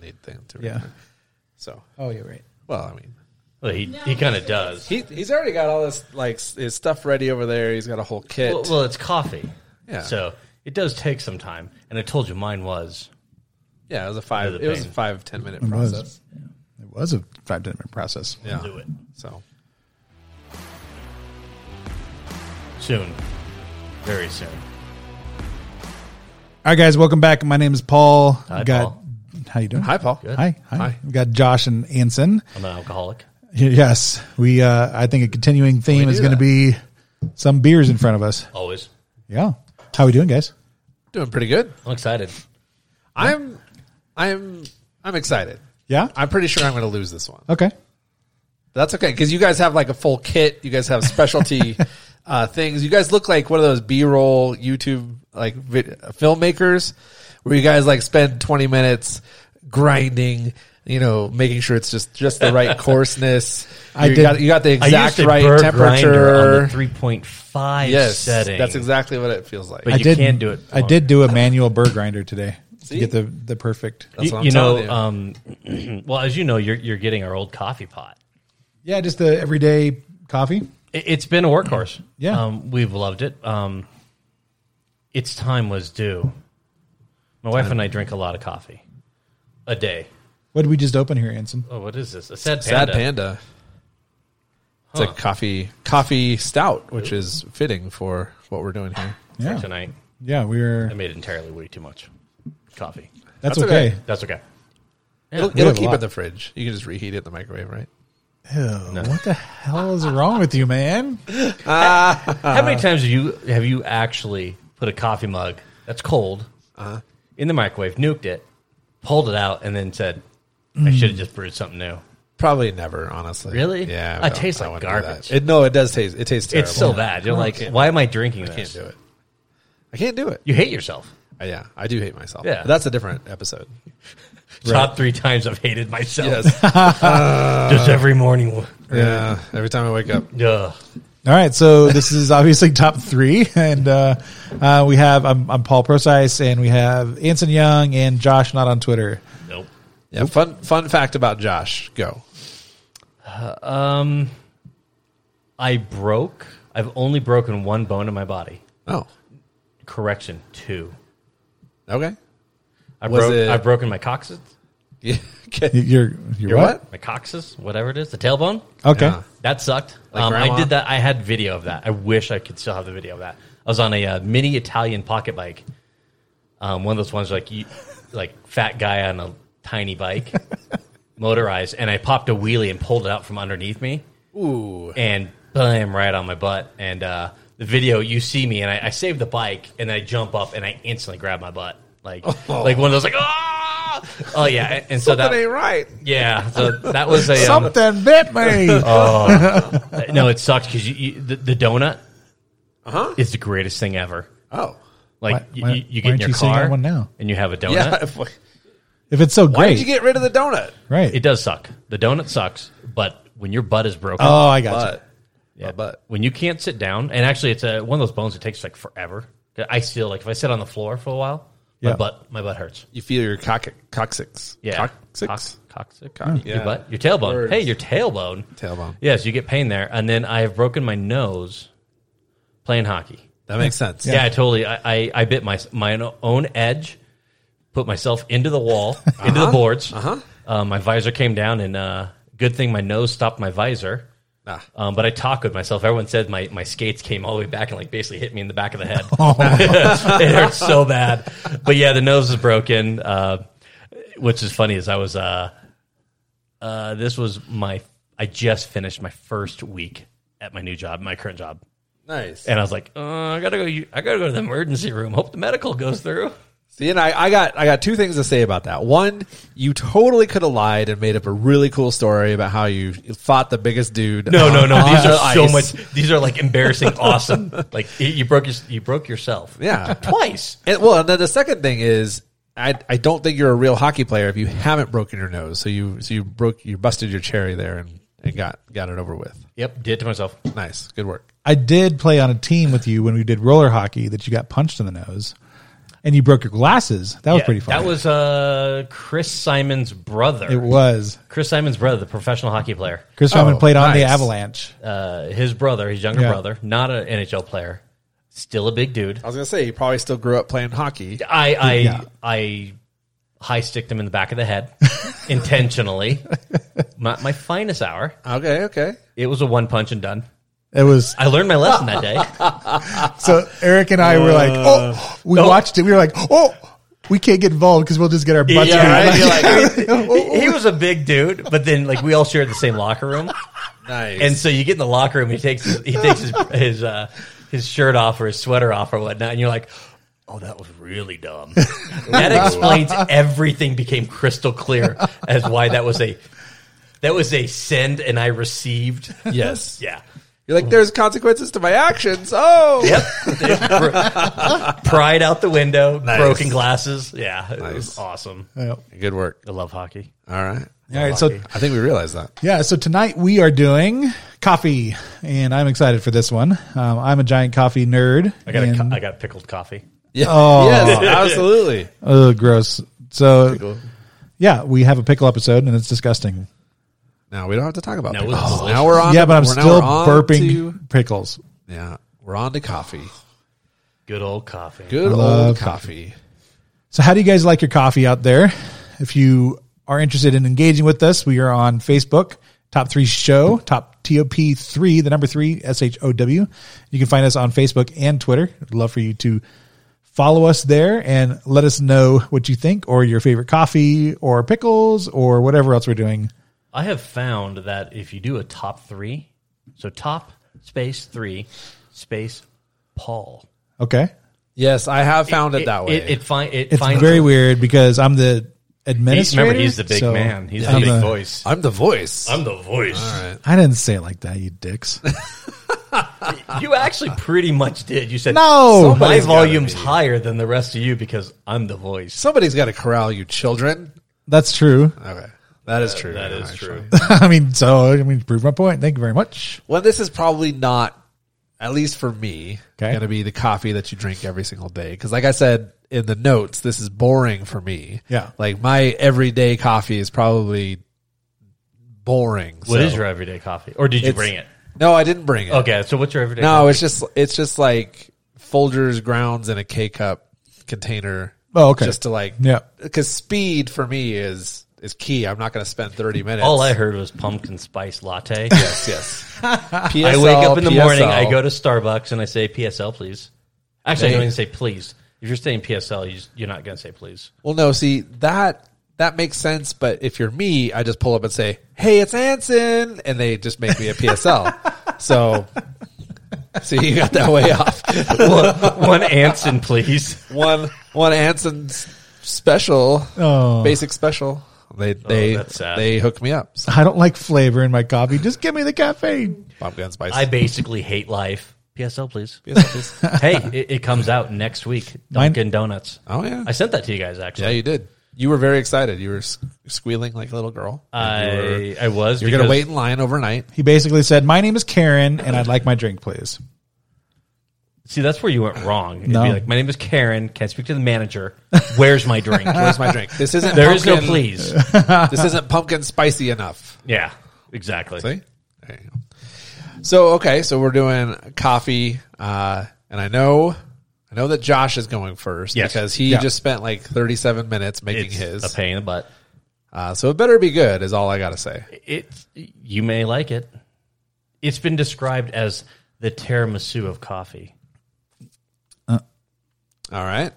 need them to. Yeah. So, Oh, you're right. well, I mean, Well, he he kind of does. he, he's already got all this like s- his stuff ready over there. He's got a whole kit. Well, well, it's coffee. Yeah. So it does take some time, and I told you mine was. yeah, it was a five. the It was a pain. five ten minute It was. process. It was a five ten minute process. Yeah. Do it So soon, very soon. All right, guys, welcome back. My name is Paul. Hi, We got, Paul. How you doing? hi, Paul. Hi, hi. Hi. We got Josh and Anson. I'm an alcoholic. Yes, we. Uh, I think a continuing theme We is do going to that. be some beers in front of us. Always. Yeah. How we doing, guys? Doing pretty good. I'm excited. I'm, I'm, I'm excited. Yeah. I'm pretty sure I'm going to lose this one. Okay. That's okay because you guys have like a full kit. You guys have specialty uh, things. You guys look like one of those B-roll YouTube like vid- filmmakers where you guys like spend 20 minutes grinding. You know, making sure it's just just the right coarseness. I you did- got you got the I used exact a right Burr grinder on temperature. the 3.5 Yes, setting. that's exactly what it feels like. But I You did, can do it. I did do a manual burr grinder today to get the the perfect. That's you, what I'm you know, telling you. um, well, as you know, you're you're getting our old coffee pot. Yeah, just the everyday coffee. It, it's been a workhorse. Yeah. um, we've loved it. Um, its time was due. My wife and I drink a lot of coffee a day. What did we just open here, Anson? Oh, what is this? A sad panda. Sad Panda. It's a coffee coffee stout, which is fitting for what we're doing here. for Yeah, tonight. yeah, we were. I made entirely way too much coffee. that's That's, okay. okay. That's okay. It'll, We it'll have a keep lot. it in the fridge. You can just reheat it in the microwave, right? Ew, What the hell is wrong with you, man? How Uh-huh. many times have you have you actually put a coffee mug that's cold Uh-huh. in the microwave, nuked it, pulled it out, and then said, "I should have just brewed something new." Probably never, honestly. Really? Yeah. I don't- taste like wouldn't do that. garbage. It, no, it does taste. It tastes terrible. It's so bad. You're like, "Why am I drinking I can't this?" do it. I can't do it. You hate yourself. Uh, yeah, I do hate myself. Yeah. But that's a different episode. Top three times I've hated myself. Yes. Uh-huh. Just every morning. yeah. Every time I wake up. Ugh. All right, so this is obviously top three, and uh, uh, we have I'm, I'm Paul Procyse, and we have Anson Young and Josh not on Twitter. Nope. Yeah. Fun fun fact about Josh. Go. Um, I broke. I've only broken one bone in my body. Oh. Correction, two. Okay. I Was broke. it- I've broken my coccyx, Yeah. okay. You're you're, You're what? my coccyx, whatever it is, the tailbone. Okay, Yeah. That sucked. Like um, I grandma? did that. I had video of that. I wish I could still have the video of that. I was on a uh, mini Italian pocket bike. Um, one of those ones like you, like fat guy on a tiny bike, motorized, and I popped a wheelie and pulled it out from underneath me, Ooh. and bam, right on my butt. And uh, the video, you see me, and I, I save the bike, and I jump up, and I instantly grab my butt, like like one of those like ah, oh yeah, and so That that Oh. ain't right. yeah, so that was a um, something bit me. Uh, No, it sucked because you, you, the, the donut Uh-huh. is the greatest thing ever. Oh. Like Why- you- why- you, you why get in aren't your you seeing car that one now? and you have a donut. Yeah. Why if it's so great, did you get rid of the donut? right? It does suck. The donut sucks, but when your butt is broken, oh, I got you. But yeah, butt. when you can't sit down, and actually, it's a, one of those bones that takes like forever. I still like if I sit on the floor for a while, Yeah. my butt my butt hurts. you feel your cock coccyx. Yeah, Coccyx. Cock- coccyx, Yeah. your butt, your tailbone. Words. Hey, your tailbone. Tailbone. Yes, you get pain there, and then I have broken my nose playing hockey. That makes sense. Yeah, I totally. I, I, I bit my my own edge, put myself into the wall, into the boards. Uh-huh. my visor came down, and uh, good thing my nose stopped my visor. Ah. Um, but I talk with myself. Everyone said my, my skates came all the way back and like basically hit me in the back of the head. it hurts so bad. But yeah, the nose is broken. Uh, which is funny is I was uh, uh, this was my I just finished my first week at my new job, my current job. Nice. And I was like, uh, I gotta go. I gotta go to the emergency room. Hope the medical goes through. See, and I, I got I got two things to say about that. One, you totally could have lied and made up a really cool story about how you fought the biggest dude. No, no, no. on These are so ice. much. These are like embarrassing, awesome. Like y- you broke your, you broke yourself. Yeah. twice. And, well, and then the second thing is, I I don't think you're a real hockey player if you haven't broken your nose. So you so you broke you busted your cherry there and, and got got it over with. Yep, did it to myself. Nice, good work. I did play on a team with you when we did roller hockey that you got punched in the nose. and you broke your glasses. That was Yeah, pretty fun. That was uh, Chris Simon's brother. it was. Chris Simon's brother, the professional hockey player. Chris Simon Oh, played on the nice. Avalanche. Uh, his brother, his younger Yeah. brother, not an NHL player, still a big dude. I was gonna say he probably still grew up playing hockey. I I Yeah. I high sticked him in the back of the head intentionally. my, my finest hour. Okay, okay. It was a one punch and done. It was I learned my lesson that day. so Eric and I were like, oh, we watched it. We were like, oh, we can't get involved because we'll just get our butts Yeah, beat. right? You're like- he, he was a big dude, but then like we all shared the same locker room, Nice. and so you get in the locker room, he takes his, he takes his his uh, his shirt off or his sweater off or whatnot, and you're like. Oh, that was really dumb. That explains everything. Became crystal clear as why that was a that was a send and I received. yes. Yeah. You're like, there's consequences to my actions. Oh, Yep. Pride out the window. Nice. Broken glasses. Yeah. It was Nice. awesome. Yeah. good work. I love hockey. All right. All right, so I think we realized that. yeah, so tonight we are doing coffee, and I'm excited for this one. Um, I'm a giant coffee nerd. I got and- a, co- I got pickled coffee. Yeah. Oh. Yes, absolutely. Oh, gross. So yeah, we have a pickle episode, and it's disgusting. Now we don't have to talk about Oh. No, pickles. it's delicious. now we're on. yeah, but I'm Um, we're- now still we're on burping to- pickles. yeah, we're on to coffee. Good old coffee. Good love old coffee. coffee. So, how do you guys like your coffee out there? If you are interested in engaging with us, we are on Facebook, Top Three Show, Top TOP Three, the number three S H O W. You can find us on Facebook and Twitter. I'd love for you to follow us there and let us know what you think or your favorite coffee or pickles or whatever else we're doing. I have found that if you do a top three, so top space three space Paul. Okay, Yes, I have found it, that way. It, it, find, it it's finds very weird because I'm the administrator. remember, he's the big so man. He's I'm the big a- voice. I'm the voice. I'm the voice. I didn't say it like that, you dicks. You actually pretty much did. You said No. My Somebody's gotta volume's be. higher than the rest of you because I'm the voice. Somebody's got to corral you, children. That's true. Okay, that is true. That is Actually. true. I mean, so I mean, prove my point. Thank you very much. Well, this is probably not, at least for me, Okay. going to be the coffee that you drink every single day. Because, like I said in the notes, this is boring for me. Yeah. Like my everyday coffee is probably boring. What is your everyday coffee? Or did you It's- bring it? No, I didn't bring it. Okay, so what's your everyday? No, it's just it's just like Folgers grounds in a K cup container. Oh, okay. Just to like Yeah. because speed for me is is key. I'm not going to spend 30 minutes. All I heard was pumpkin spice latte. yes, yes. I PSL, wake up in the morning, I PSL. go to Starbucks and I say PSL, please. Actually, I Hey. don't even say please. If you're saying PSL, you, you're not going to say please. Well, no, see that that makes sense. But if you're me, I just pull up and say, "Hey, it's Anson," and they just make me a PSL. so, see, you got that way off. one, one Anson, please. one one Anson's special, Oh. basic special. They they Oh, that's sad. they hook me up. So, I don't like flavor in my coffee. Just give me the caffeine. pumpkin spice. I basically hate life. PSL, please. PSL, please. Hey, it, it comes out next week. Mine- Dunkin' Donuts. oh yeah, I sent that to you guys actually. yeah. You did. You were very excited. You were s- squealing like a little girl. And you were- I I was. you're gonna because- wait in line overnight. He basically said, "My name is Karen, and I'd like my drink, please." See, that's where you went wrong. It'd No. be like, my name is Karen. Can't speak to the manager. Where's my drink? Where's my drink? This isn't. There is no pumpkin- please. This isn't pumpkin spicy enough. Yeah, exactly. See? There you go. So okay, so we're doing coffee, uh, and I know, I know that Josh is going first Yes. because he Yeah. just spent like 37 minutes making It's his. a pain in the butt. Uh, so it better be good, is all I gotta say. It's you may like it. It's been described as the tiramisu of coffee. All right,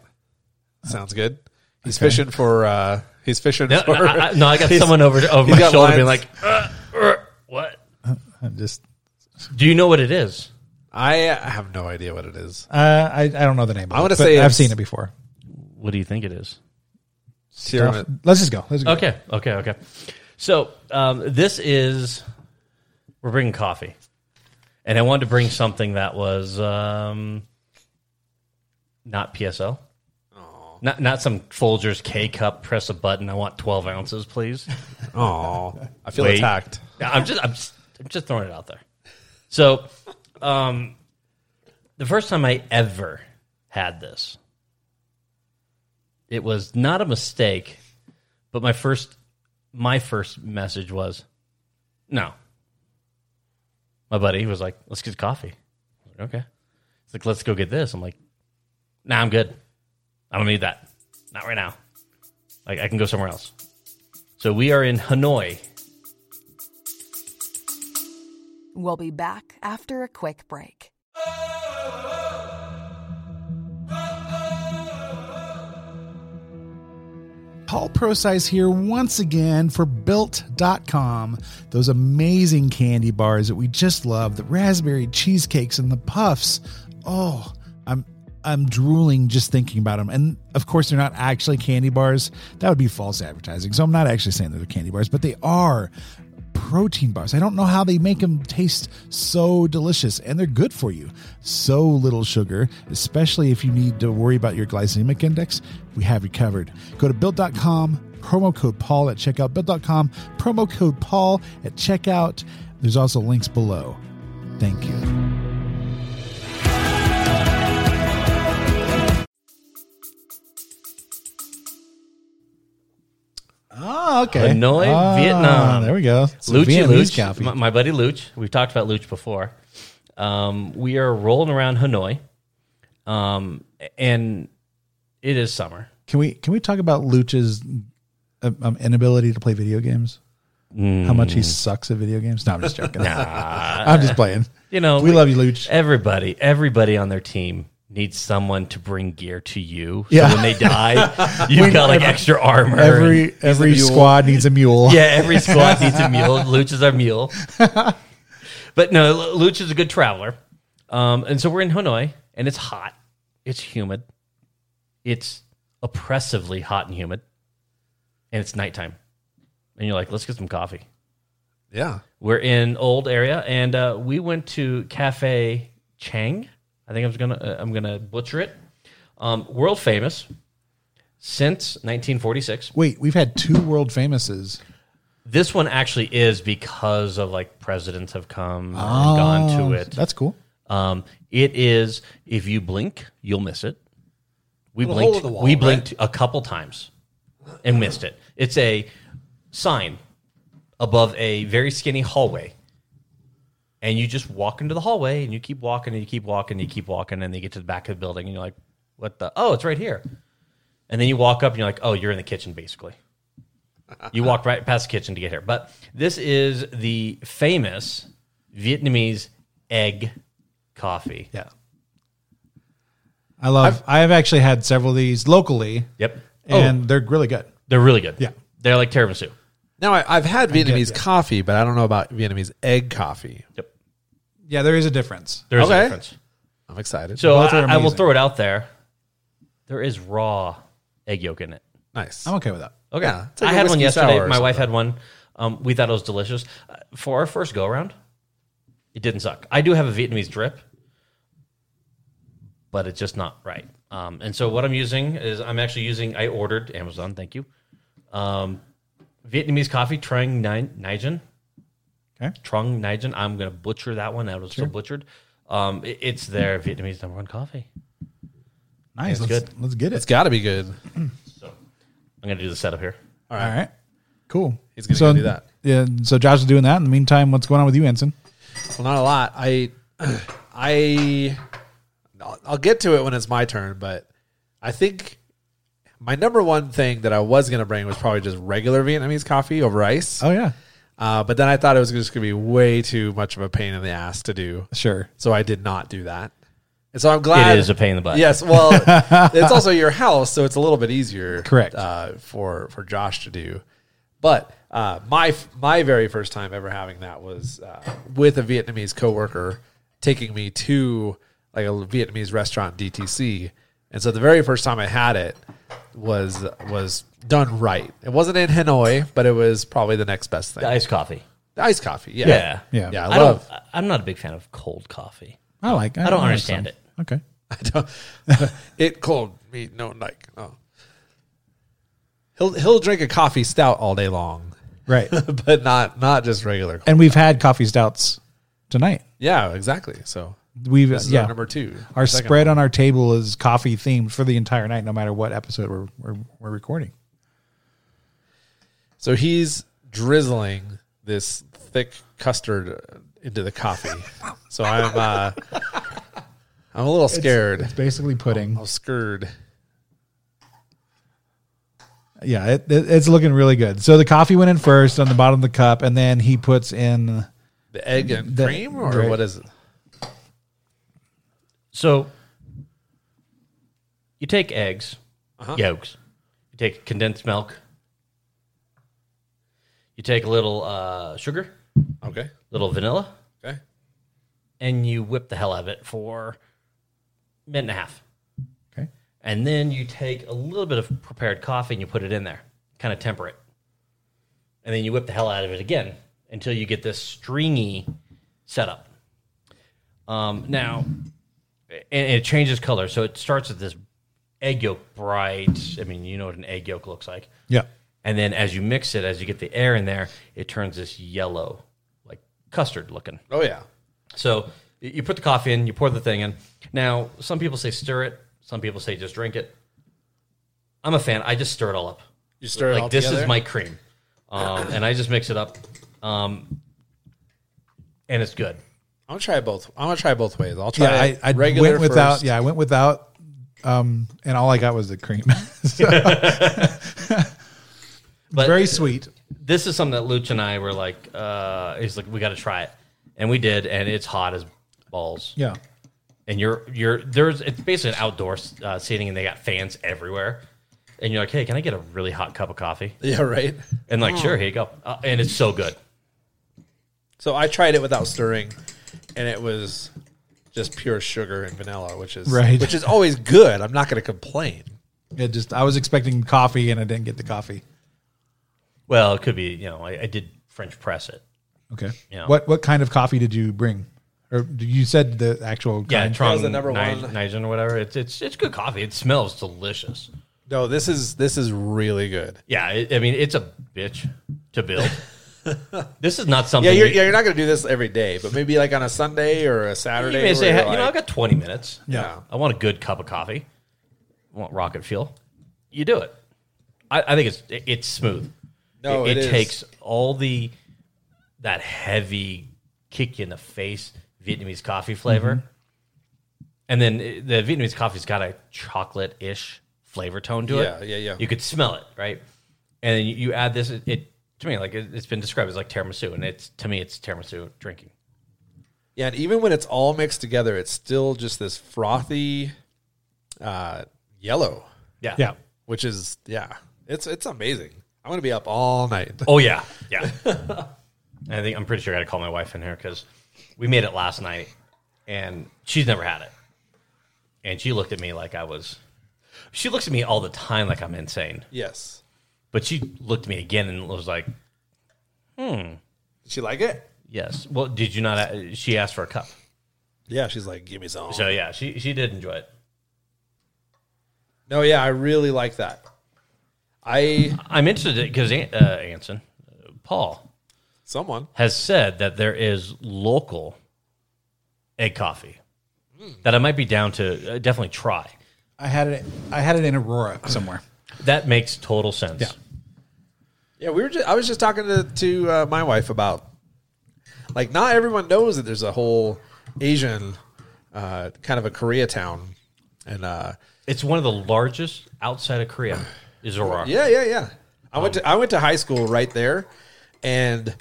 sounds good. He's fishing for. Uh, he's fishing No, for. no, I, I- no, I got someone over over my got shoulder being lines. like, uh, uh, "What? I'm just, Do you know what it is?" I have no idea what it is. uh, I, I don't know the name. Of I'm it, gonna but say I've it's- seen it before. What do you think it is? Tiramisu. Let's just go. Let's go. Okay, okay, okay. So um, this is we're bringing coffee, and I wanted to bring something that was um, not PSL, not not some Folgers K cup. Press a button. I want twelve ounces, please. Oh, I feel Wait. attacked. Yeah, I'm just, I'm just, I'm just throwing it out there. So, um, the first time I ever had this it was not a mistake, but my first my first message was no. My buddy was like, "Let's get coffee." I was like, okay. He's like, "Let's go get this." I'm like, "Nah, I'm good. I don't need that. Not right now. Like, I can go somewhere else." So we are in Hanoi. We'll be back after a quick break. Paul Procise here once again for Built.com. Those amazing candy bars that we just love, the raspberry cheesecakes and the puffs. Oh, I'm I'm drooling just thinking about them. And of course, they're not actually candy bars. That would be false advertising. So I'm not actually saying that they're candy bars, but they are protein bars. I don't know how they make them taste so delicious and they're good for you. So little sugar, especially if you need to worry about your glycemic index, we have you covered. Go to built.com, promo code Paul at checkout, built.com, promo code Paul at checkout. There's also links below. Thank you. Oh, okay. Hanoi, Ah, Vietnam. There we go. So Luchy Vietnamese Luch, coffee. my, my buddy Luch. We've talked about Luch before. Um, we are rolling around Hanoi, um, and it is summer. Can we can we talk about Lucha's um, um, inability to play video games? How much he sucks at video games? No, I'm just joking. I'm just playing. You know, we love you, Luch. Everybody, everybody on their team needs someone to bring gear to you. So Yeah. when they die, you've got like extra armor. and- Every every mule. squad needs a mule. yeah, every squad needs a mule. Luch is our mule. but no, L- Luch is a good traveler. Um, and so we're in Hanoi, and it's hot, it's humid, it's oppressively hot and humid, and it's nighttime. And you're like, let's get some coffee. Yeah. We're in old area, and uh, we went to Cafe Chang. I think I'm gonna uh, I'm gonna butcher it. Um, world famous since 1946. Wait, we've had two world famouses. This one actually is because of like presidents have come and Oh. gone to it. That's cool. Um, it is if you blink, you'll miss it. We Little hole blinked. in the wall, we right? blinked a couple times and missed it. It's a sign above a very skinny hallway, and you just walk into the hallway and you keep walking and you keep walking and you keep walking and then you get to the back of the building and you're like, "What the? Oh, it's right here." And then you walk up and you're like, "Oh, you're in the kitchen, basically." You walk right past the kitchen to get here. But this is the famous Vietnamese egg coffee. Yeah. I love. I've, actually had several of these locally. Yep. Oh, and they're really good. They're really good. Yeah. They're like tiramisu. Now I, I've had Vietnamese yeah. coffee, but I don't know about Vietnamese egg coffee. Yep. Yeah, there is a difference. There's Okay. a difference. I'm excited. So Both are I, I will amazing. throw it out there. There is raw egg yolk in it. nice. I'm okay with that. Okay. Yeah, it's like I a had one whiskey yesterday. sour or My wife had one. Um, we thought it was delicious. Uh, for our first go around, it didn't suck. I do have a Vietnamese drip, but it's just not right. Um, and so what I'm using is I'm actually using, I ordered Amazon, thank you. Um, Vietnamese coffee, Trang Ni- Nijin. Okay. Trung Nijin. I'm going to butcher that one. That was still butchered. Um, it- it's their Vietnamese number one coffee. Nice. Let's, It's good. let's get it. it's got to be good. So I'm going to do the setup here. All right. Cool. He's gonna go do that. Yeah. So Josh is doing that. In the meantime, what's going on with you, Ensign? Well, not a lot. I, I, I'll, I'll get to it when it's my turn. But I think my number one thing that I was gonna bring was probably just regular Vietnamese coffee over ice. Oh yeah. Uh, but then I thought it was just gonna be way too much of a pain in the ass to do. Sure. So I did not do that. And so I'm glad It is a pain in the butt. Yes, well, it's also your house, so it's a little bit easier, Correct. uh, for for Josh to do. But uh, my my very first time ever having that was uh, with a Vietnamese coworker taking me to like a Vietnamese restaurant DTC, and so the very first time I had it was was done right. It wasn't in Hanoi, but it was probably the next best thing. The iced coffee. The iced coffee, yeah, Yeah. Yeah. yeah. I, I love. don't. I- I'm not a big fan of cold coffee. I like. I, don't like understand some. Okay. it cold me no like oh. He'll he'll drink a coffee stout all day long, Right. but not not just regular. and we've had coffee stouts tonight. Yeah, exactly. So We've This is yeah. our number two. Our second spread one. on our table is coffee themed for the entire night, no matter what episode we're we're, we're recording. So he's drizzling this thick custard into the coffee. so I'm uh, I'm a little scared. It's basically pudding. I'm scared. Yeah, it, it- it's looking really good. So the coffee went in first on the bottom of the cup, and then he puts in The egg and The- cream, or right. what is it? So you take eggs, yolks. You take condensed milk. You take a little uh, sugar, Okay. little vanilla, Okay. and you whip the hell out of it for a minute and a half. okay, And then you take a little bit of prepared coffee and you put it in there, kind of temper it. And then you whip the hell out of it again until you get this stringy setup. Um, now, and it changes color. So it starts with this egg yolk bright. I mean, you know what an egg yolk looks like. yeah, And then as you mix it, as you get the air in there, it turns this yellow, like custard looking. Oh yeah. So y- you put the coffee in, you pour the thing in. Now, some people say stir it, some people say just drink it. I'm a fan. I just stir it all up. You stir it like all this together? is my cream, um, and I just mix it up, um, and it's good. I'm gonna try both. I'm gonna try both ways. I'll try yeah. I, I regular went without. first. Yeah, I went without, um, and all I got was the cream. So, But very sweet. this is something that Luch and I were like, uh, he's like, we got to try it, and we did, and it's hot as balls. Yeah, and you're you're there's it's basically an outdoor uh, seating, and they got fans everywhere, and you're like, hey, can I get a really hot cup of coffee? Yeah. Right. And like, sure, here you go. Uh, and it's so good. So I tried it without stirring, and it was just pure sugar and vanilla, which is Right. which is always good. I'm not gonna complain. it just I was expecting coffee, and I didn't get the coffee. Well, it could be, you know, I, I did French press it. Okay, Yeah. what what kind of coffee did you bring? Or did- you said the actual Yeah, kind. Trong the number Ni- one. Nijin or whatever. It's it's it's good coffee. It smells delicious. No, this is this is really good. Yeah, it, I mean, it's a bitch to build. this is not something. Yeah, you're, you- yeah, you're not gonna do this every day, but maybe like on a Sunday or a you Saturday. may say, where hey, you're you know, like- I've got 20 minutes. Yeah. I want a good cup of coffee. I want rocket fuel. You do it. I, I think it's it- it's smooth. No, it, Oh, it is. takes all the that heavy kick you in the face Vietnamese coffee flavor, Mm-hmm. and then it- the Vietnamese coffee's got a chocolate ish flavor tone to Yeah, it. yeah, yeah. You could smell it, right? And then you, you add this. It, it to me like it, it's been described as like tiramisu, and it's to me it's tiramisu drinking. Yeah, and even when it's all mixed together, it's still just this frothy uh, yellow, Yeah, Yeah, which is yeah, it's it's amazing. I'm gonna be up all night. Oh yeah, yeah. And I think I'm pretty sure I got to call my wife in here because we made it last night, and she's never had it, and she looked at me like I was. She looks at me all the time like I'm insane, Yes, but she looked at me again and was like, did she like it? "Yes." Well, did you not? a- She asked for a cup, Yeah, she's like, give me some. so yeah, she she did enjoy it. No, yeah, I really like that. I I'm interested because uh, Anson, uh, Paul someone has said that there is local egg coffee that I might be down to uh, definitely try. I had it. I had it in Aurora somewhere. That makes total sense. Yeah. Yeah, we were. Just, I was just talking to to uh, my wife about like not everyone knows that there's a whole Asian uh, kind of a Koreatown, and uh, It's one of the largest outside of Korea. Is Aurora? yeah, yeah, yeah. I went to I went to high school right there, and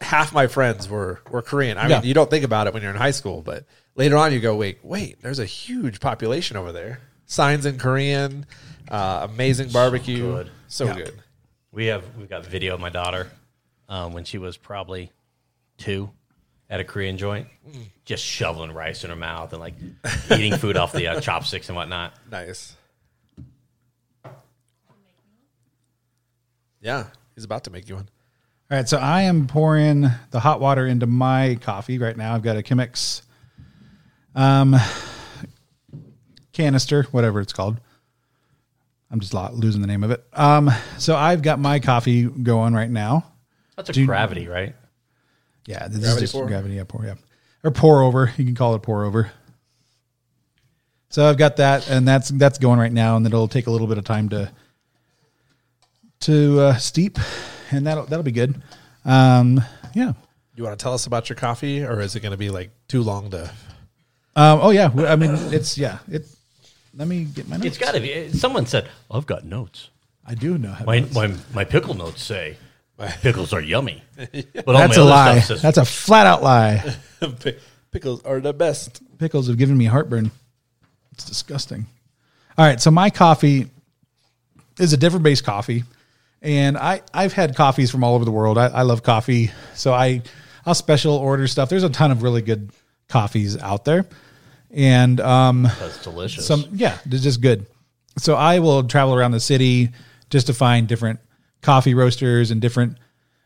half my friends were were Korean. I Yeah. mean, you don't think about it when you're in high school, but later on you go, wait, wait, there's a huge population over there. Signs in Korean, uh, amazing barbecue, so good. good. Yeah. We have we've got video of my daughter um, when she was probably two at a Korean joint, just shoveling rice in her mouth and like eating food off the uh, chopsticks and whatnot. Nice. Yeah, he's about to make you one. All right, so I am pouring the hot water into my coffee right now. I've got a Chemex um, canister, whatever it's called. I'm just lo- losing the name of it. Um, so I've got my coffee going right now. That's a you- gravity, right? Yeah, this Gravity is just pour? gravity up. Yeah. or pour over. You can call it pour over. So I've got that, and that's that's going right now, and it'll take a little bit of time to to uh, steep, and that'll that'll be good. Um, yeah. You want to tell us about your coffee, or is it going to be like too long to? Um, oh yeah. Well, I mean, it's yeah. It. Let me get my notes. It's got to be. eh, Someone said, I've got notes. I do know. How My, notes. my, my pickle notes say pickles are yummy. But all that's a my other lie. stuff says That's a flat out lie. Pickles are the best. Pickles have given me heartburn. It's disgusting. All right, so my coffee is a different based coffee, and I I've had coffees from all over the world. I, I love coffee, so I I'll special order stuff. There's a ton of really good coffees out there, and um, that's delicious. some yeah, they're just good. So I will travel around the city just to find different coffee roasters and different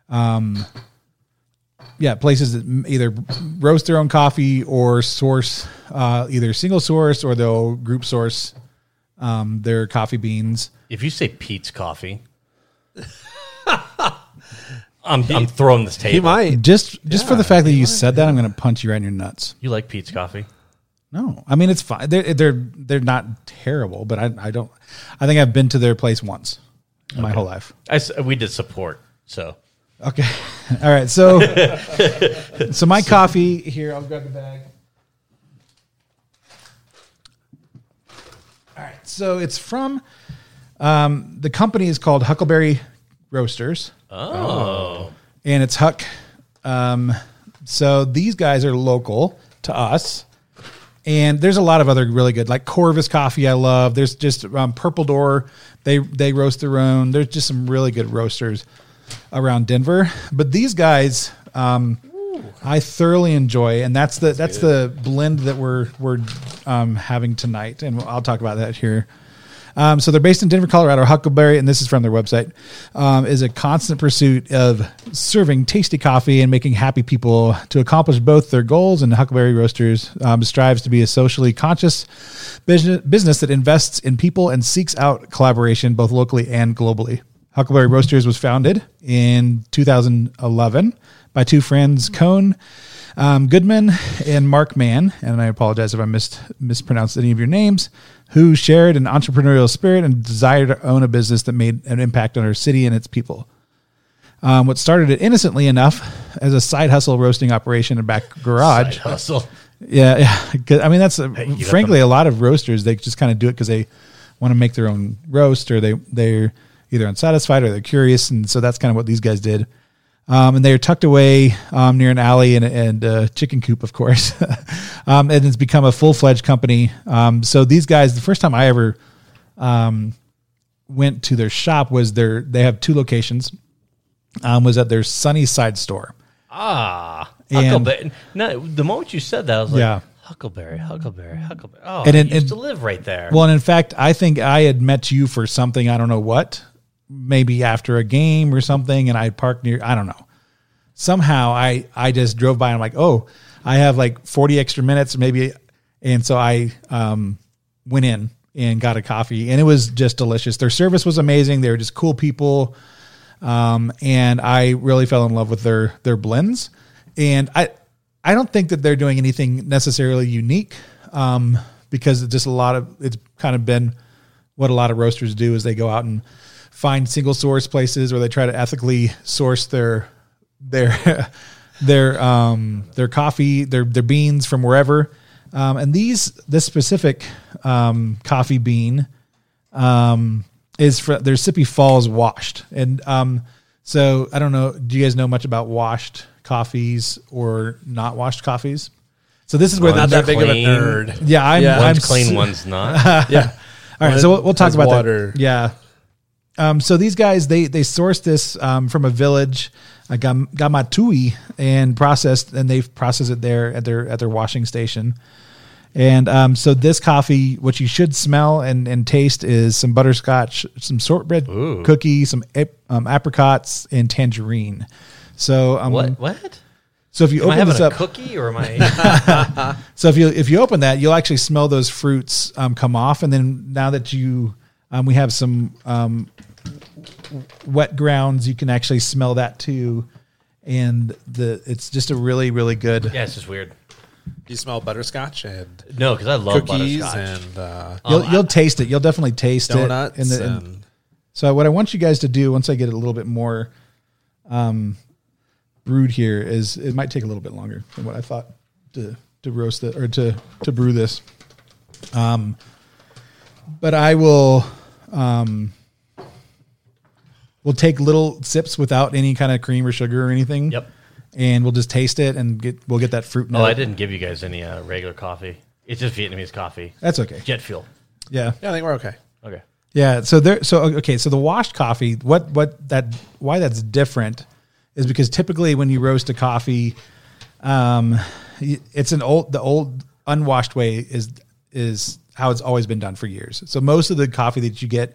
um, yeah, places that m- either roast their own coffee or source uh, either single source or they'll group source um, their coffee beans. if you say Pete's coffee, I'm, I'm throwing this table. He might. Just just for the fact that you said that, I'm going to punch you right in your nuts. You like Pete's coffee? No, I mean it's fine. They're they're they're not terrible, but I I don't. I think I've been to their place once in my whole life. I s we did support, so Okay, all right. So so my coffee here. I'll grab the bag. All right. So it's from um, the company is called Huckleberry Roasters. oh, and it's Huck. Um, so these guys are local to us, and there's a lot of other really good, like Corvus Coffee. I love. There's just um, Purple Door. They they roast their own. There's just some really good roasters around Denver. But these guys, um, I thoroughly enjoy, and that's the that's the blend that we're we're um, having tonight, and I'll talk about that here. Um, so they're based in Denver, Colorado. Huckleberry, and this is from their website, um, is a constant pursuit of serving tasty coffee and making happy people to accomplish both their goals. And Huckleberry Roasters um, strives to be a socially conscious business, business that invests in people and seeks out collaboration both locally and globally. Huckleberry Roasters was founded in 2011 by two friends, Cone um, Goodman and Mark Mann. And I apologize if I missed, mispronounced any of your names, who shared an entrepreneurial spirit and desire to own a business that made an impact on our city and its people. Um, what started it innocently enough as a side hustle roasting operation in a back garage. side hustle. Yeah, yeah. 'Cause, I mean, that's uh you got frankly a lot of roasters. They just kind of do it because they want to make their own roast, or they they're either unsatisfied or they're curious, and so that's kind of what these guys did. Um, and they are tucked away um, near an alley and, and uh, chicken coop, of course. um, and it's become a full fledged company. Um, so these guys, the first time I ever um, went to their shop was their they have two locations. Um, was at their Sunnyside store. Ah, And- Huckleberry. No, the moment you said that, I was like, Yeah. Huckleberry, Huckleberry, Huckleberry. Oh, And I it- used it- to live right there. Well, and in fact, I think I had met you for something I don't know what, maybe after a game or something, and I parked near I don't know. Somehow I I just drove by and I'm like, oh, I have like 40 extra minutes, maybe, and so I um went in and got a coffee, and it was just delicious. Their service was amazing. They were just cool people um, and I really fell in love with their their blends. And I I don't think that they're doing anything necessarily unique um, because it's just a lot of it's kind of been what a lot of roasters do is they go out and find single source places or they try to ethically source their their their um, their coffee their their beans from wherever. Um, and these this specific um, coffee bean um, is for their Sippy Falls washed. And um, so I don't know. Do you guys know much about washed coffees or not washed coffees? So this is where Not the, that big of a Clean. nerd. yeah, I'm, Yeah. I'm one's clean, s- one's not. Yeah. All right, One so we'll, we'll talk has about water. that. Yeah. Um, so these guys they they sourced this um, from a village, uh, Gam- Gamatui, and processed and they've processed it there at their at their washing station. And um, so this coffee, what you should smell and, and taste is some butterscotch, some shortbread cookie, some ap- um, apricots, and tangerine. So um, what? What? so if you Am I open having this a up, cookie or am I? so if you if you open that, you'll actually smell those fruits um, come off, and then now that you um, we have some um, wet grounds, you can actually smell that too, and the it's just a really really good yeah, it's just weird. Do you smell butterscotch and No, because I love cookies butterscotch. and uh, You'll, you'll taste it. You'll definitely taste donuts? it. in the- in- and so what I want you guys to do once I get it a little bit more um, brewed here is it might take a little bit longer than what I thought to to roast it or to to brew this. Um, but I will um, we'll take little sips without any kind of cream or sugar or anything. Yep. And we'll just taste it and get we'll get that fruit. Oh, note. I didn't give you guys any uh, regular coffee. It's just Vietnamese coffee. That's okay. Jet fuel. Yeah. yeah, I think we're okay. Okay. Yeah. So there. So okay. So the washed coffee. What what that why that's different is because typically when you roast a coffee, um, y- it's an old the old unwashed way is is how it's always been done for years. So most of the coffee that you get,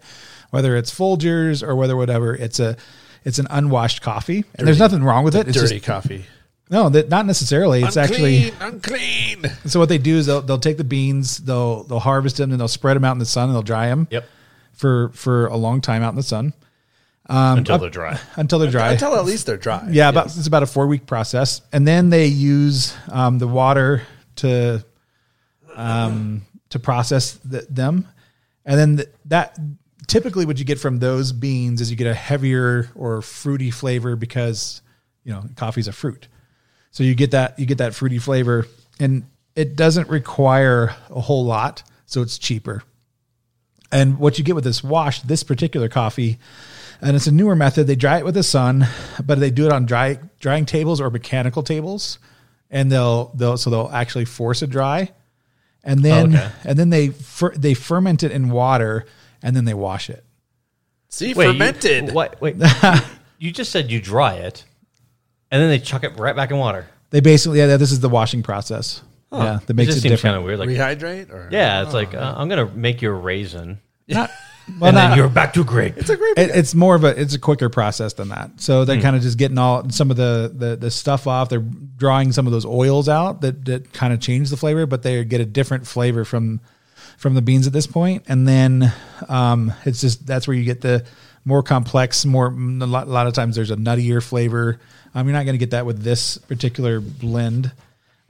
whether it's Folgers or whether whatever, it's a it's an unwashed coffee, and there's nothing wrong with it. It's Dirty just coffee. no, that not necessarily. It's actually unclean. unclean. so what they do is they'll they'll take the beans, they'll they'll harvest them, and they'll spread them out in the sun, and they'll dry them Yep. for for a long time out in the sun Uh, Until they're dry. until they're dry. Until at least they're dry. yeah, about it's about a four week process, and then they use um, the water to um, to process th- them, and then th- that typically what you get from those beans is you get a heavier or fruity flavor because you know coffee's a fruit, so you get that you get that fruity flavor, and it doesn't require a whole lot, so it's cheaper. And what you get with this wash, this particular coffee, and it's a newer method. They dry it with the sun, but they do it on dry drying tables or mechanical tables, and they'll they'll so they'll actually force it dry, and then Oh, Okay. and then they fer- they ferment it in water, and then they wash it. See, Wait, you- fermented. what, wait. you just said you dry it, and then they chuck it right back in water. They basically yeah, this is the washing process. Yeah, that It makes just it seems different. kind of weird. Like, Rehydrate or yeah, it's Oh, like uh, I'm gonna make you a raisin, Not, well, not- and then you're back to grape. It's a grape. it, it's more of a it's a quicker process than that. So they're kind of just getting all some of the, the the stuff off. They're drawing some of those oils out that that kind of change the flavor, but they get a different flavor from from the beans at this point. And then um, it's just that's where you get the more complex, more a lot, a lot of times there's a nuttier flavor. Um, you're not going to get that with this particular blend.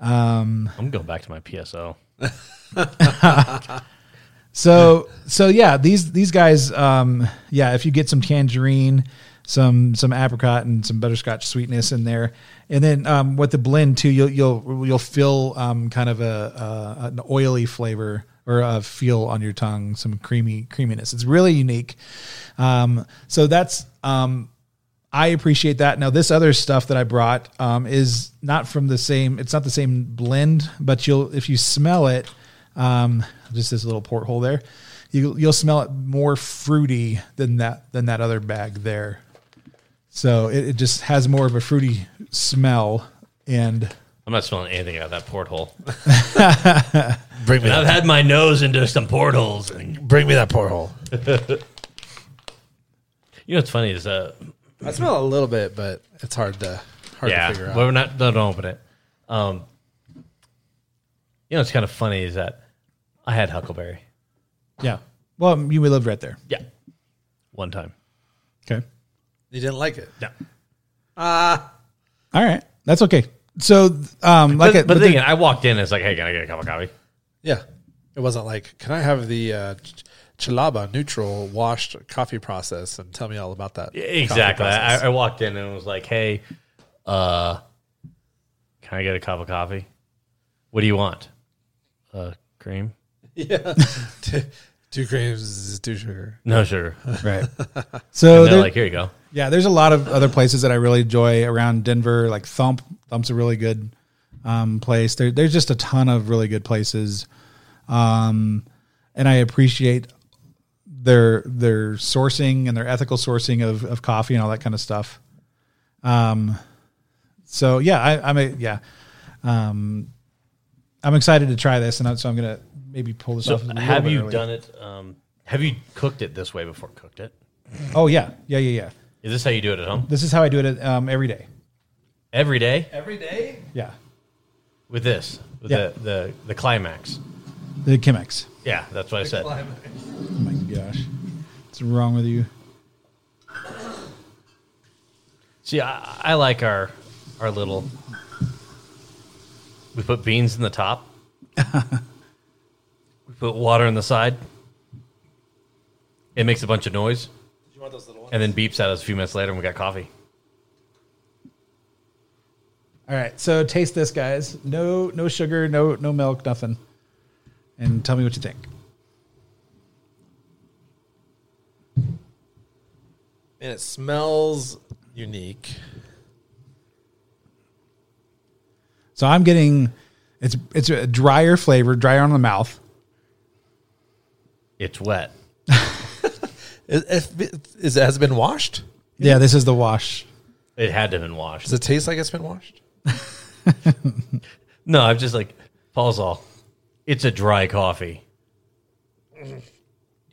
I'm going back to my PSO. So so yeah, these these guys, um, yeah, if you get some tangerine, some some apricot and some butterscotch sweetness in there, and then um, with the blend too, you'll you'll you'll feel um, kind of a, a an oily flavor or a feel on your tongue, some creamy creaminess. It's really unique. Um, so that's um, I appreciate that. Now, this other stuff that I brought um, is not from the same. It's not the same blend, but you'll if you smell it, um, just this little porthole there, you, you'll smell it more fruity than that than that other bag there. So it, it just has more of a fruity smell, and I'm not smelling anything out of that porthole. bring me I've that. had my nose into some portholes. And, Bring me that porthole. you know what's funny is uh, I smell a little bit, but it's hard to hard to figure out. Well, we're not don't open it. Um, you know, it's kind of funny is that I had huckleberry. yeah. Well, you we lived right there. Yeah, one time. Okay. you didn't like it. Yeah, All right. That's okay. So, um, like, but, I- but but then again, I walked in. and It's like, hey, can I get a cup of coffee? Yeah, it wasn't like. Can I have the uh, ch- Chalaba neutral washed coffee process and tell me all about that? Exactly. coffee process? I, I walked in and was like, hey, uh, can I get a cup of coffee? What do you want? Uh, cream? yeah, two, two creams, two sugar. No sugar. the- And right. So they're there- like, here you go. Yeah, there's a lot of other places that I really enjoy around Denver. Like Thump, Thump's a really good um, place. There, there's just a ton of really good places, um, and I appreciate their their sourcing and their ethical sourcing of of coffee and all that kind of stuff. Um, so yeah, I, I'm a yeah, um, I'm excited to try this, and I'm- so I'm gonna maybe pull this So off. a little have bit you early. done it? Um, have you cooked it this way before? Cooked it? Oh yeah, yeah, yeah, yeah. Is this how you do it at home? This is how I do it um, every day. Every day? Every day. Yeah, with this, with Yeah. the, the the climax. the Chemex. Yeah, that's what I said. Oh my gosh. What's wrong with you? See, I, I like our our little We put beans in the top. we put water in the side. It makes a bunch of noise Did you want those little ones? and then beeps at us a few minutes later and we got coffee. All right, so taste this, guys. No, no sugar, no, no milk, nothing, and tell me what you think. And it smells unique. So I'm getting, it's it's a drier flavor, drier on the mouth. It's wet. Is, is, is it has it been washed? Yeah, this is the wash. It had to have been washed. Does it taste like it's been washed? No, I'm just like, Paul's all, it's a dry coffee. And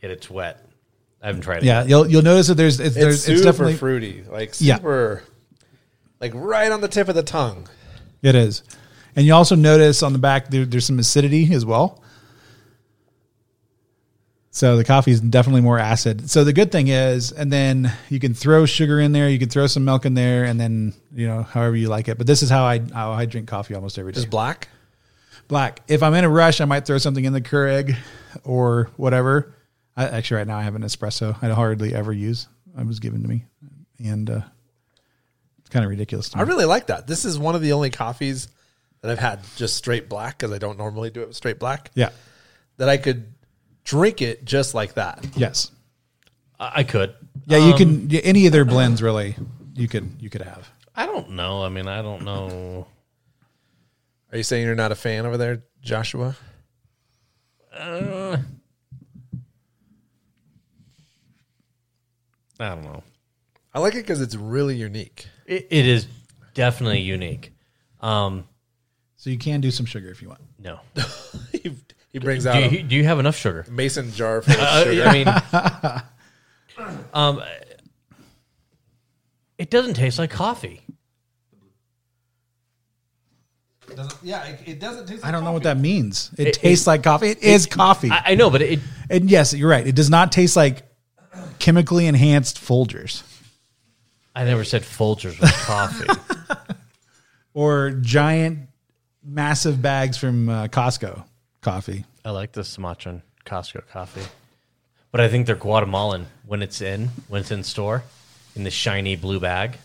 it's wet. I haven't tried it. Yeah, you'll you'll notice that there's It's it's, there's, super it's definitely fruity, like Yeah. super, like right on the tip of the tongue. it is, and you also notice on the back there, there's some acidity as well. So the coffee is definitely more acid. So the good thing is, and then you can throw sugar in there, you can throw some milk in there, and then you know however you like it. But this is how I how I drink coffee almost every day. Just black. Black. If I'm in a rush, I might throw something in the Keurig or whatever. I, actually, right now I have an espresso. I hardly ever use. It was given to me, and uh, it's kind of ridiculous. To I me. really like that. This is one of the only coffees that I've had just straight black because I don't normally do it with straight black. yeah. That I could drink it just like that. Yes. I, I could. Yeah. you can yeah, any of their blends really. You could you could have. I don't know. I mean, I don't know. Are you saying you're not a fan over there, Joshua? I don't know. I like it because it's really unique. It, it is definitely unique. Um, So you can do some sugar if you want. no. he, he brings Do out you, a do you have enough sugar? mason jar full of Uh, sugar. I mean, um, it doesn't taste like coffee. yeah, it, doesn't taste. I don't know what that means. It, It- tastes like coffee. it is coffee. I, I know, but it and yes, you're right. It does not taste like chemically enhanced Folgers I never said Folgers was coffee. or giant massive bags from uh, Costco coffee. I like the Sumatran Costco coffee, but I think they're Guatemalan when it's in when it's in store in the shiny blue bag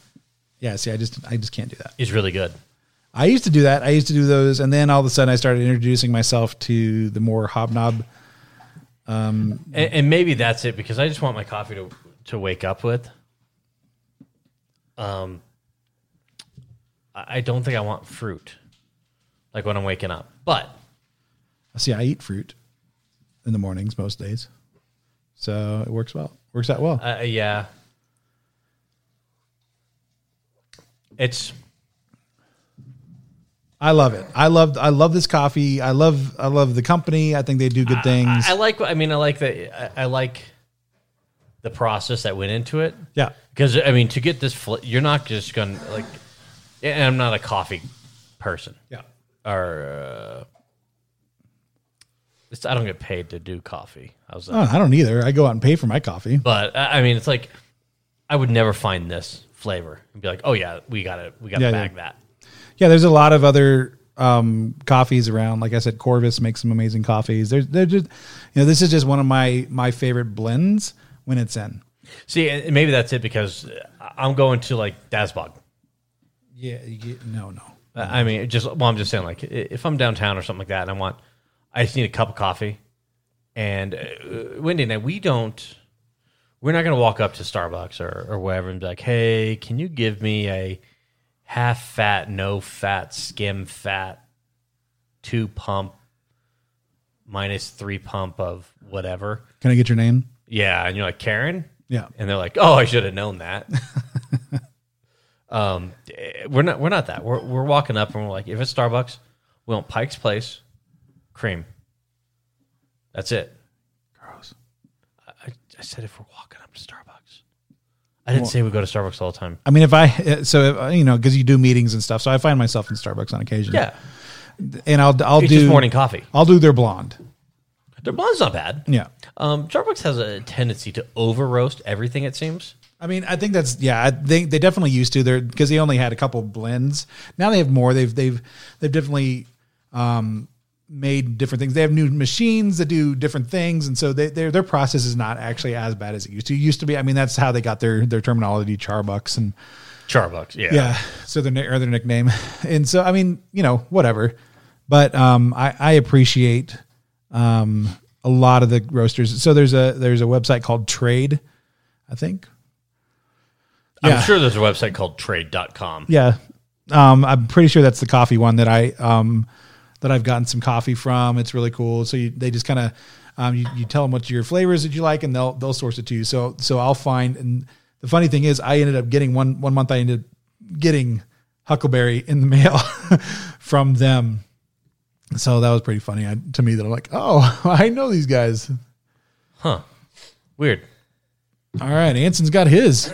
Yeah, see, I just I just can't do that. is really good. I used to do that. I used to do those, and then all of a sudden, I started introducing myself to the more hobnob. And, and maybe that's it because I just want my coffee to to wake up with. Um, I I don't think I want fruit, like when I'm waking up. But See, I eat fruit in the mornings most days, so it works well. Works out well. uh, yeah, it's I love it. I love I love this coffee. I love I love the company. I think they do good things. I, I like. I mean, I like the I, I like the process that went into it. yeah, Because I mean, to get this, fl- you're not just gonna like. And I'm not a coffee person. yeah. Or uh, it's, I don't get paid to do coffee. I was, Oh, I don't either. I go out and pay for my coffee. but I I mean, it's like I would never find this flavor and be like, oh yeah, we got to we got to Yeah, bag that. Yeah, there's a lot of other um, coffees around. Like I said, Corvus makes some amazing coffees. There's they're just you know this is just one of my my favorite blends when it's in. See, and and maybe that's it because I- I'm going to like Dasbog. Yeah, you get, no, no. I I mean, it just well, I'm just saying, like, i- if I'm downtown or something like that, and I want, I just need a cup of coffee. And uh, Wendy and I, we don't, we're not going to walk up to Starbucks or or wherever and be like, "Hey, can you give me a half fat, no fat, skim fat, two pump, minus three pump of whatever?" Can I get your name? Yeah, and you're like Karen, Yeah. and they're like, "Oh, I should have known that." um, eh, we're not we're not that. We're we're walking up and we're like, if it's Starbucks, we want Pike's Place cream. That's it. Gross. I, I said if we're walking up to Starbucks, I didn't say we go to Starbucks all the time. I mean, if I so if, you know because you do meetings and stuff, so I find myself in Starbucks on occasion. Yeah, and I'll I'll it's do just morning coffee. I'll do their blonde. Their blonde's not bad. Yeah. Um, Starbucks has a tendency to over roast everything. It seems. I mean, I think that's yeah. I think they definitely used to. They're because they only had a couple blends. Now they have more. They've they've they've definitely um, made different things. They have new machines that do different things, and so they, their their process is not actually as bad as it used to. It used to be, I mean, that's how they got their their terminology, charbucks, and Charbucks, yeah. yeah, so their ni- or their nickname, and so I mean, you know, whatever. But um, I, I appreciate um, a lot of the roasters. So there's a there's a website called Trade, I think. Yeah. I'm sure there's a website called trade.com. Yeah. Um, I'm pretty sure that's the coffee one that I um, that I've gotten some coffee from. It's really cool. So you, they just kind of um, you, you tell them what your flavors that you like, and they'll they'll source it to you. So so I'll find. And the funny thing is, I ended up getting one one month. I ended up getting huckleberry in the mail from them. So that was pretty funny I, to me. That I'm like, oh, I know these guys. Huh. Weird. All right, Anson's got his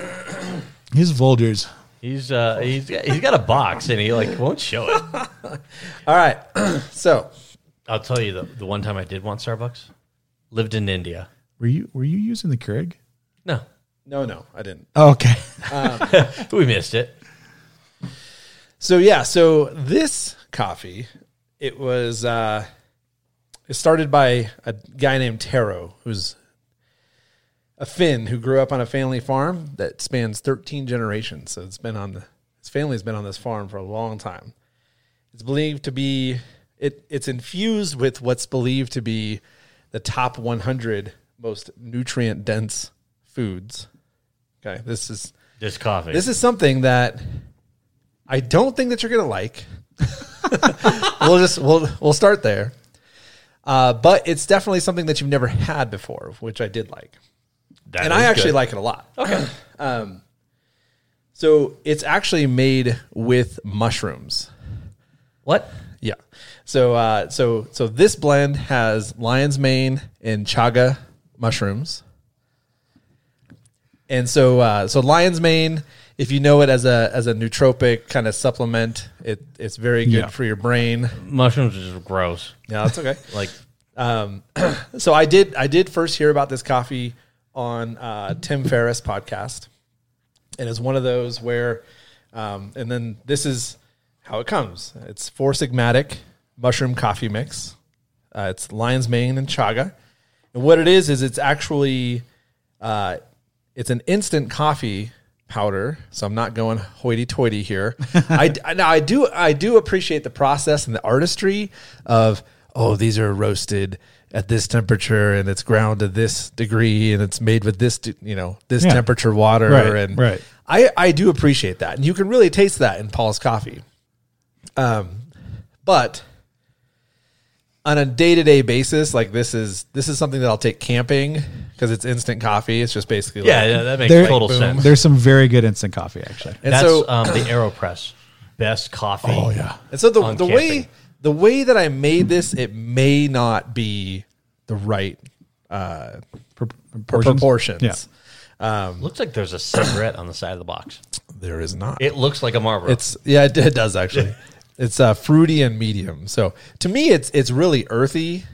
his Folgers. He's uh he's got, he's got a box and he like won't show it. All right. so I'll tell you the, the one time I did want Starbucks, lived in India. Were you were you using the Keurig? No, no, no, I didn't. Okay. we missed it. So yeah, so this coffee, it was uh it started by a guy named Taro, who's a Finn who grew up on a family farm that spans 13 generations. So it's been on the his family's been on this farm for a long time. It's believed to be it it's infused with what's believed to be the top 100 most nutrient dense foods. Okay, this is This coffee. this is something that I don't think that you're gonna like. we'll just we'll we'll start there. Uh, but it's definitely something that you've never had before, which I did like, That and is I actually good. like it a lot. Okay. um, so it's actually made with mushrooms. what? Yeah. So uh, so so this blend has lion's mane and chaga mushrooms. And so uh, so lion's mane, if you know it as a as a nootropic kind of supplement, it it's very good Yeah. for your brain. Mushrooms is gross. Yeah, that's okay. Like so I did I did first hear about this coffee on uh, Tim Ferriss podcast, and it's one of those where, um, and then this is how it comes. It's four sigmatic mushroom coffee mix. Uh, it's lion's mane and chaga, and what it is is it's actually uh, it's an instant coffee powder. So I'm not going hoity-toity here. I, I now I do I do appreciate the process and the artistry of oh these are roasted at this temperature and it's ground to this degree and it's made with this d- you know this Yeah. temperature water Right, and right. I I do appreciate that and you can really taste that in Paul's coffee. Um, but on a day to day basis, like this is this is something that I'll take camping because it's instant coffee. It's just basically yeah, like, yeah, that makes There- total Boom. sense. There's some very good instant coffee, actually. And That's so, um, the Aeropress, best coffee. Oh yeah, and so the on the way camping. the way that I made this, it may not be the right uh, Pro- proportions. proportions. Yeah. looks like there's a cigarette on the side of the box. There is not. It looks like a Marlboro. It's yeah, it, it does actually. it's uh, fruity and medium. So to me, it's it's really earthy.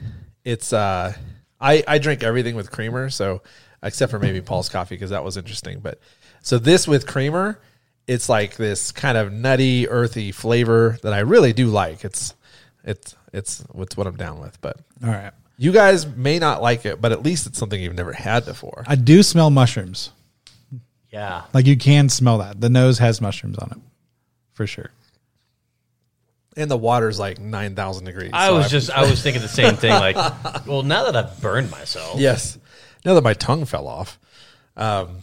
It's uh, I I drink everything with creamer, so except for maybe Paul's coffee because that was interesting. But so this with creamer, it's like this kind of nutty, earthy flavor that I really do like. It's it's it's it's what I'm down with. But All right. you guys may not like it, but at least it's something you've never had before. I do smell mushrooms. yeah, Like you can smell that. The nose has mushrooms on it, for sure. And the water's like nine thousand degrees. I so was I'm- just I was thinking the same thing. Like, well, now that I've burned myself, Yes. Now that my tongue fell off, um,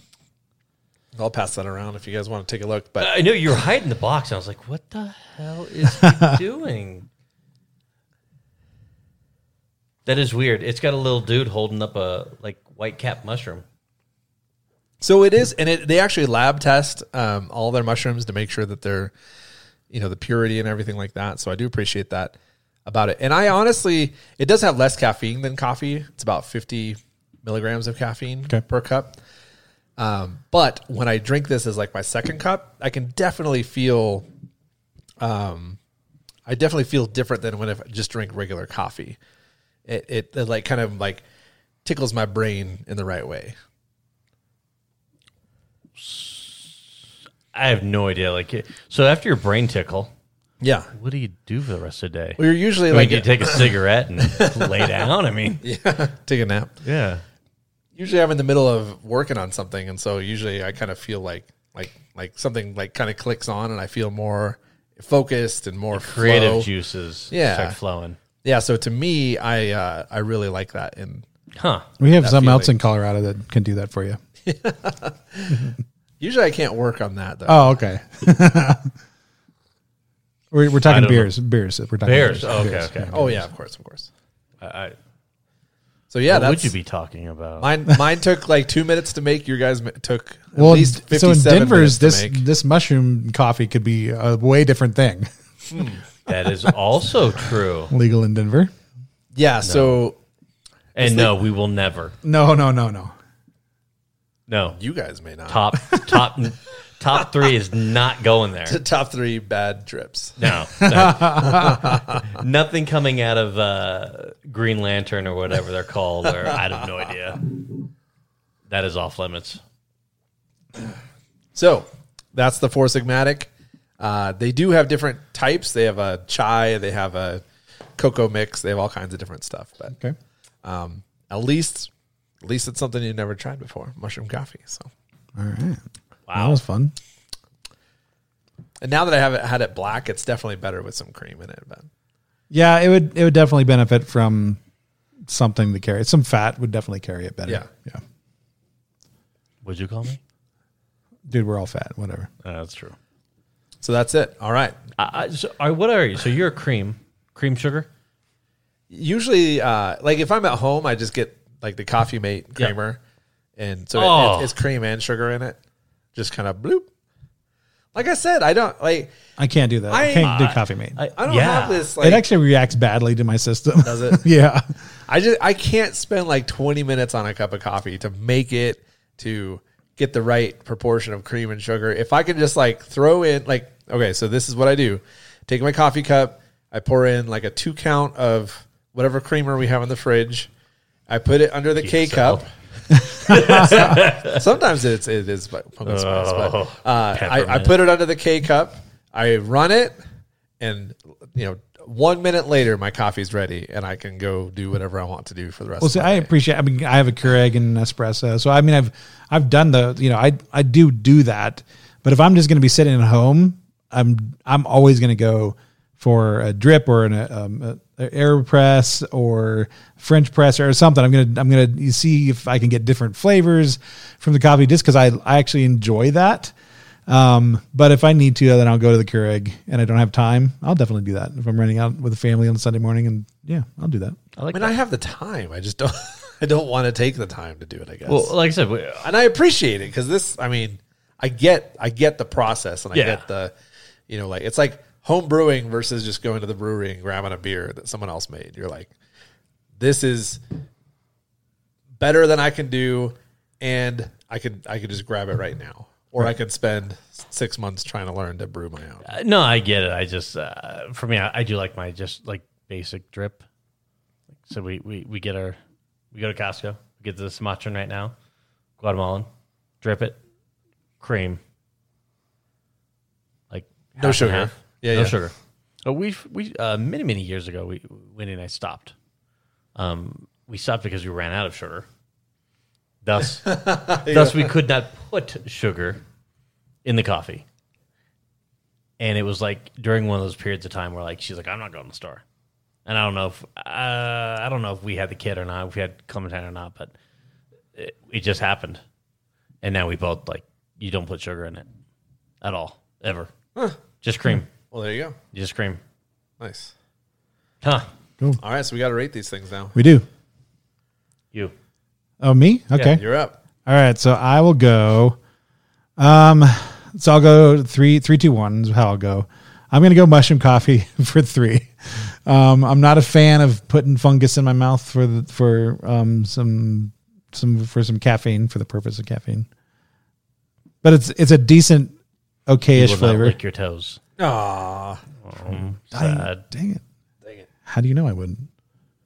I'll pass that around if you guys want to take a look. But I knew you were hiding the box. And I was like, what the hell is he doing? That is weird. It's got a little dude holding up a like white cap mushroom. so it is, and it, they actually lab test um, all their mushrooms to make sure that they're, you know, the purity and everything like that. So I do appreciate that about it. And I honestly, it does have less caffeine than coffee. It's about fifty milligrams of caffeine Okay. per cup. Um, but when I drink this as like my second cup, I can definitely feel um, I definitely feel different than when I just drink regular coffee. It, it it like kind of like tickles my brain in the right way. I have no idea. Like, so after your brain tickle, Yeah. what do you do for the rest of the day? We were usually I mean, like do you take a cigarette and lay down? I mean, take a nap. yeah. Usually I'm in the middle of working on something and so usually I kind of feel like like like something like kind of clicks on and I feel more focused and more Creative flow. juices Yeah. start flowing. Yeah, so to me I uh I really like that and Huh. We have something feeling. else in Colorado that can do that for you. usually I can't work on that though. Oh, okay. we're, we're I talking don't beers. Beers. We're talking Bears. Oh, okay, okay. Oh yeah, of course, of course. I, I, So yeah, what that's would you be talking about? mine. Mine took like two minutes to make. Your guys mi- took at Well, least so fifty-seven in Denver's, minutes this to make. this mushroom coffee could be a way different thing that is also true. legal in Denver. Yeah, so And no, we will never. No, no, no, no. No. you guys may not Top top top three is not going there. the top three bad trips. No, no. nothing coming out of uh, Green Lantern or whatever they're called, or I have no idea. That is off limits. So that's the four sigmatic. Uh, they do have different types. They have a chai. They have a cocoa mix. They have all kinds of different stuff. But Okay. um, at least, at least it's something you've never tried before: mushroom coffee. So. All right. That Wow, was fun. And now that I haven't had it black, it's definitely better with some cream in it. But Yeah, it would it would definitely benefit from something to carry. Some fat would definitely carry it better. Yeah. Yeah. would you call me? Dude, we're all fat. Whatever. Uh, that's true. so that's it. All right. I, I, so, all right, what are you? So you're a cream, cream sugar. usually uh like if i'm at home i just get like the coffee mate Yeah. creamer and so it- Oh. it, it's cream and sugar in it just kind of bloop like i said i don't like I can't do that. I, I- can't do coffee mate. i don't yeah. have this like it actually reacts badly to my system. Does it? yeah. i just i can't spend like 20 minutes on a cup of coffee to make it to get the right proportion of cream and sugar if i can just like throw in like okay so this is what i do take my coffee cup i pour in like a two count of whatever creamer we have in the fridge i put it under the k Yourself. cup Sometimes it's it is like pumpkin spice, but Oh, uh, I, I peppermint. put it under the K cup. I run it, and you know, one minute later, my coffee's ready, and I can go do whatever I want to do for the rest. Well, of see, my I day. appreciate. I mean, I have a Keurig and espresso, so I mean, I've I've done the. You know, I I do do that, but if I'm just going to be sitting at home, I'm I'm always going to go for a drip or an um, a a AeroPress or French press or something. I'm gonna I'm gonna you see if I can get different flavors from the coffee just because I I actually enjoy that. Um, but if I need to, then I'll go to the Keurig and I don't have time. I'll definitely do that if I'm running out with the family on Sunday morning. And yeah, I'll do that. I like I mean, that. I have the time. I just don't. I don't want to take the time to do it. I guess. well, like I said, we, and I appreciate it because this. I mean, I get I get the process, and I Yeah. get the, you know, like it's like home brewing versus just going to the brewery and grabbing a beer that someone else made. You're like, this is better than I can do, and I could I could just grab it right now, or I could spend six months trying to learn to brew my own. Uh, no, I get it. I just uh, for me, I, I do like my just like basic drip. So we we we get our we go to Costco, we get the Sumatran right now, Guatemalan, drip it, cream, like half No and sugar. half. Yeah, no yeah. sugar. Oh, we we uh, many many years ago, we Winnie and I stopped. Um, we stopped because we ran out of sugar. Thus, thus we could not put sugar in the coffee. And it was like during one of those periods of time where like she's like, I'm not going to the store. And I don't know if uh, I don't know if we had the kid or not, if we had Clementine or not, but it, it just happened. And now we both like you don't put sugar in it at all ever. Just cream, Well, there you go. just cream. Nice. Huh? All right, so we got to rate these things now. We do. You Oh, me? Okay. You're up. All right. So I will go. Um, so I'll go three, three, two, one is how I'll go. I'm going to go mushroom coffee for three. Um, I'm not a fan of putting fungus in my mouth for the, for um some some for some caffeine for the purpose of caffeine. But it's it's a decent, you okayish will not flavor. lick your toes. Ah, Dang, Sad. dang it! dang it. How do you know I wouldn't?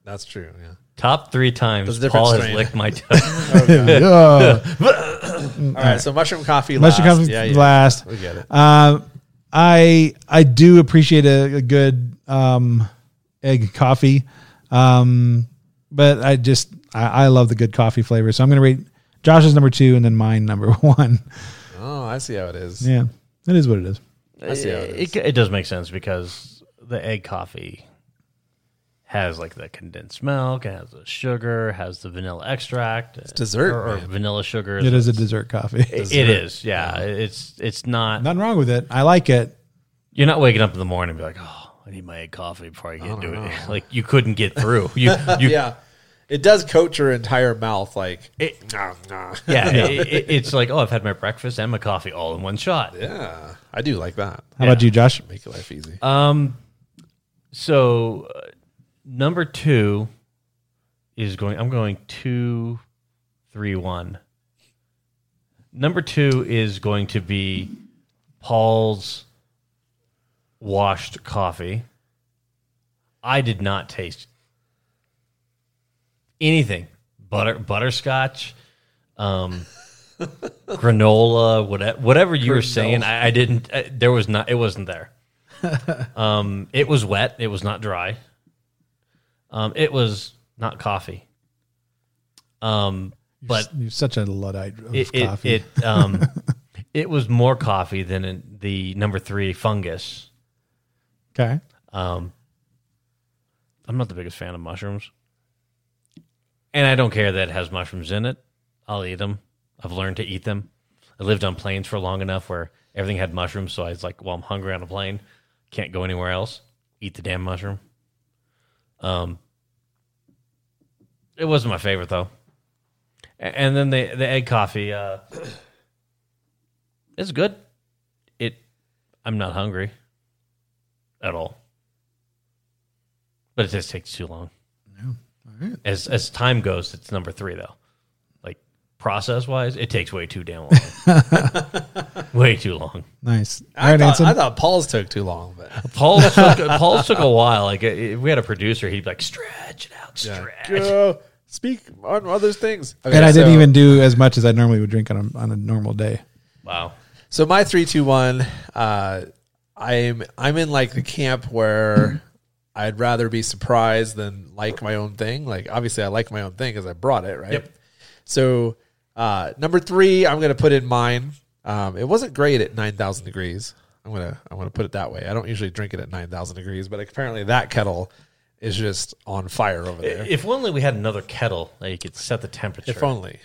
That's true. Yeah. Top three times That's a different Paul has strain. licked my toes. Ugh. All right, so mushroom coffee. Mm. Mushroom last. coffee Yeah, yeah. last. We get it. Uh, I I do appreciate a, a good um, egg coffee, um, but I just I, I love the good coffee flavor. So I'm going to rate Josh's number two and then mine number one. Oh, I see how it is. Yeah, that is what it is. I see how it is. It, it does make sense because the egg coffee has like the condensed milk, it has the sugar, has the vanilla extract, it's dessert, or, or man. vanilla sugar. It is a dessert coffee. It, it is, yeah. It's it's not. Nothing wrong with it. I like it. You're not waking up in the morning and be like, oh, I need my egg coffee before I get to it. Like you couldn't get through. You you Yeah. It does coat your entire mouth like It- nah, nah. yeah. it, it, it's like oh, I've had my breakfast and my coffee all in one shot. Yeah. I do like that. How about you, Josh? Make your life easy. Uh, Um, So uh, number two is going. I'm going two, three, one. Number two is going to be Paul's washed coffee. I did not taste anything butter butterscotch, um, granola, whatever whatever you were saying. I, I didn't. I, there was not. It wasn't there. Um, It was wet. It was not dry. Um, it was not coffee. Um, but You're such a luddite of it it, coffee. it um it was more coffee than in the number three fungus. okay. Um, I'm not the biggest fan of mushrooms, and I don't care that it has mushrooms in it. I'll eat them. I've learned to eat them. I lived on planes for long enough where everything had mushrooms, so I was like, "Well, I'm hungry on a plane. Can't go anywhere else. Eat the damn mushroom." Um, it wasn't my favorite though. A- And then the the egg coffee, uh, it's good. It, I'm not hungry at all. But it just takes too long. As as time goes, it's number three though. Like process wise, it takes way too damn long. way too long. Nice. All I, right, thought, Anson. I thought Paul's took too long, but Paul took Paul took a while. Like if we had a producer, he'd be like, stretch it out, stretch. Go, speak on other things. Okay, and I didn't so- even do as much as I normally would drink on a, on a normal day. Wow. So my three, two, one. Uh, I'm I'm in like the camp where I'd rather be surprised than like my own thing. Like obviously, I like my own thing because I brought it right. Yep. So uh, number three, I'm gonna put in mine. Um, it wasn't great at nine thousand degrees. I'm gonna I'm gonna put it that way. I don't usually drink it at nine thousand degrees, but apparently that kettle is just on fire over there. If only we had another kettle that you could set the temperature. If only.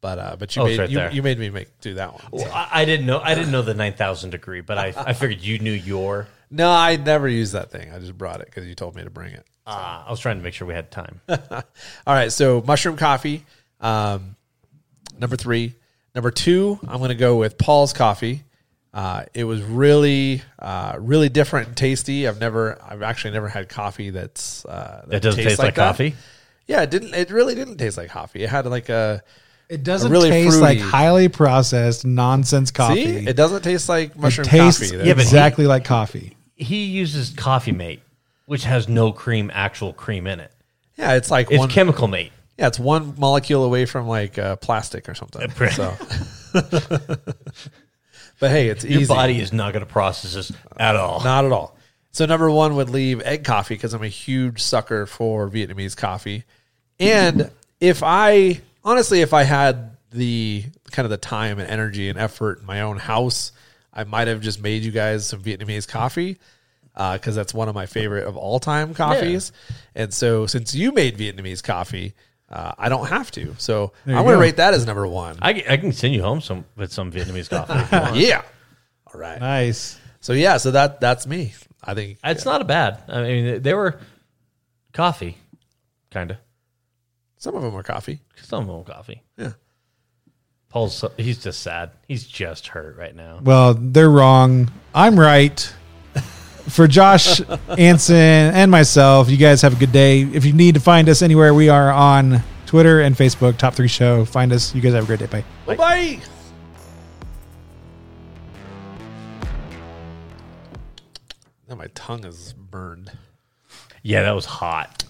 But uh, but you Oh, it's made right you, there. you made me make do that one. Well, I, I didn't know I didn't know the nine thousand degree, but I, I figured you knew your No, I never used that thing. I just brought it because you told me to bring it. uh, I was trying to make sure we had time. All right, so mushroom coffee, um, number three. Number two, I'm going to go with Paul's coffee. Uh, it was really, uh, really different and tasty. I've never, I've actually never had coffee that's uh, that, It doesn't tastes taste like, that. coffee. Yeah, it didn't. It really didn't taste like coffee. It had like a It doesn't really taste fruity. like highly processed nonsense coffee. see. It doesn't taste like mushroom tastes coffee. yeah, exactly like coffee. he uses coffee mate which has no cream actual cream in it yeah, it's like it's one. chemical mate yeah, it's one molecule away from like uh, plastic or something. So. but hey, it's your easy. body is not going to process this at all Not at all. So number one would leave egg coffee because I'm a huge sucker for Vietnamese coffee. And if I honestly, if I had the kind of the time and energy and effort in my own house, I might have just made you guys some Vietnamese coffee because that's one of my favorite of all time coffees. And so since you made Vietnamese coffee, uh, I don't have to. So I'm going to go. rate that as number one. I, I can send you home some with some vietnamese coffee if you want. yeah. All right. Nice. So yeah. So that that's me. I think it's not a bad i mean they were coffee kind of some of them are coffee. some of them coffee Yeah. paul's so- he's just sad he's just hurt right now Well, they're wrong. I'm right. For Josh, Anson, and myself, you guys have a good day. If you need to find us anywhere, we are on Twitter and Facebook, Top 3 Show. Find us. You guys have a great day. Bye. Bye bye. Now my tongue is burned. yeah that was hot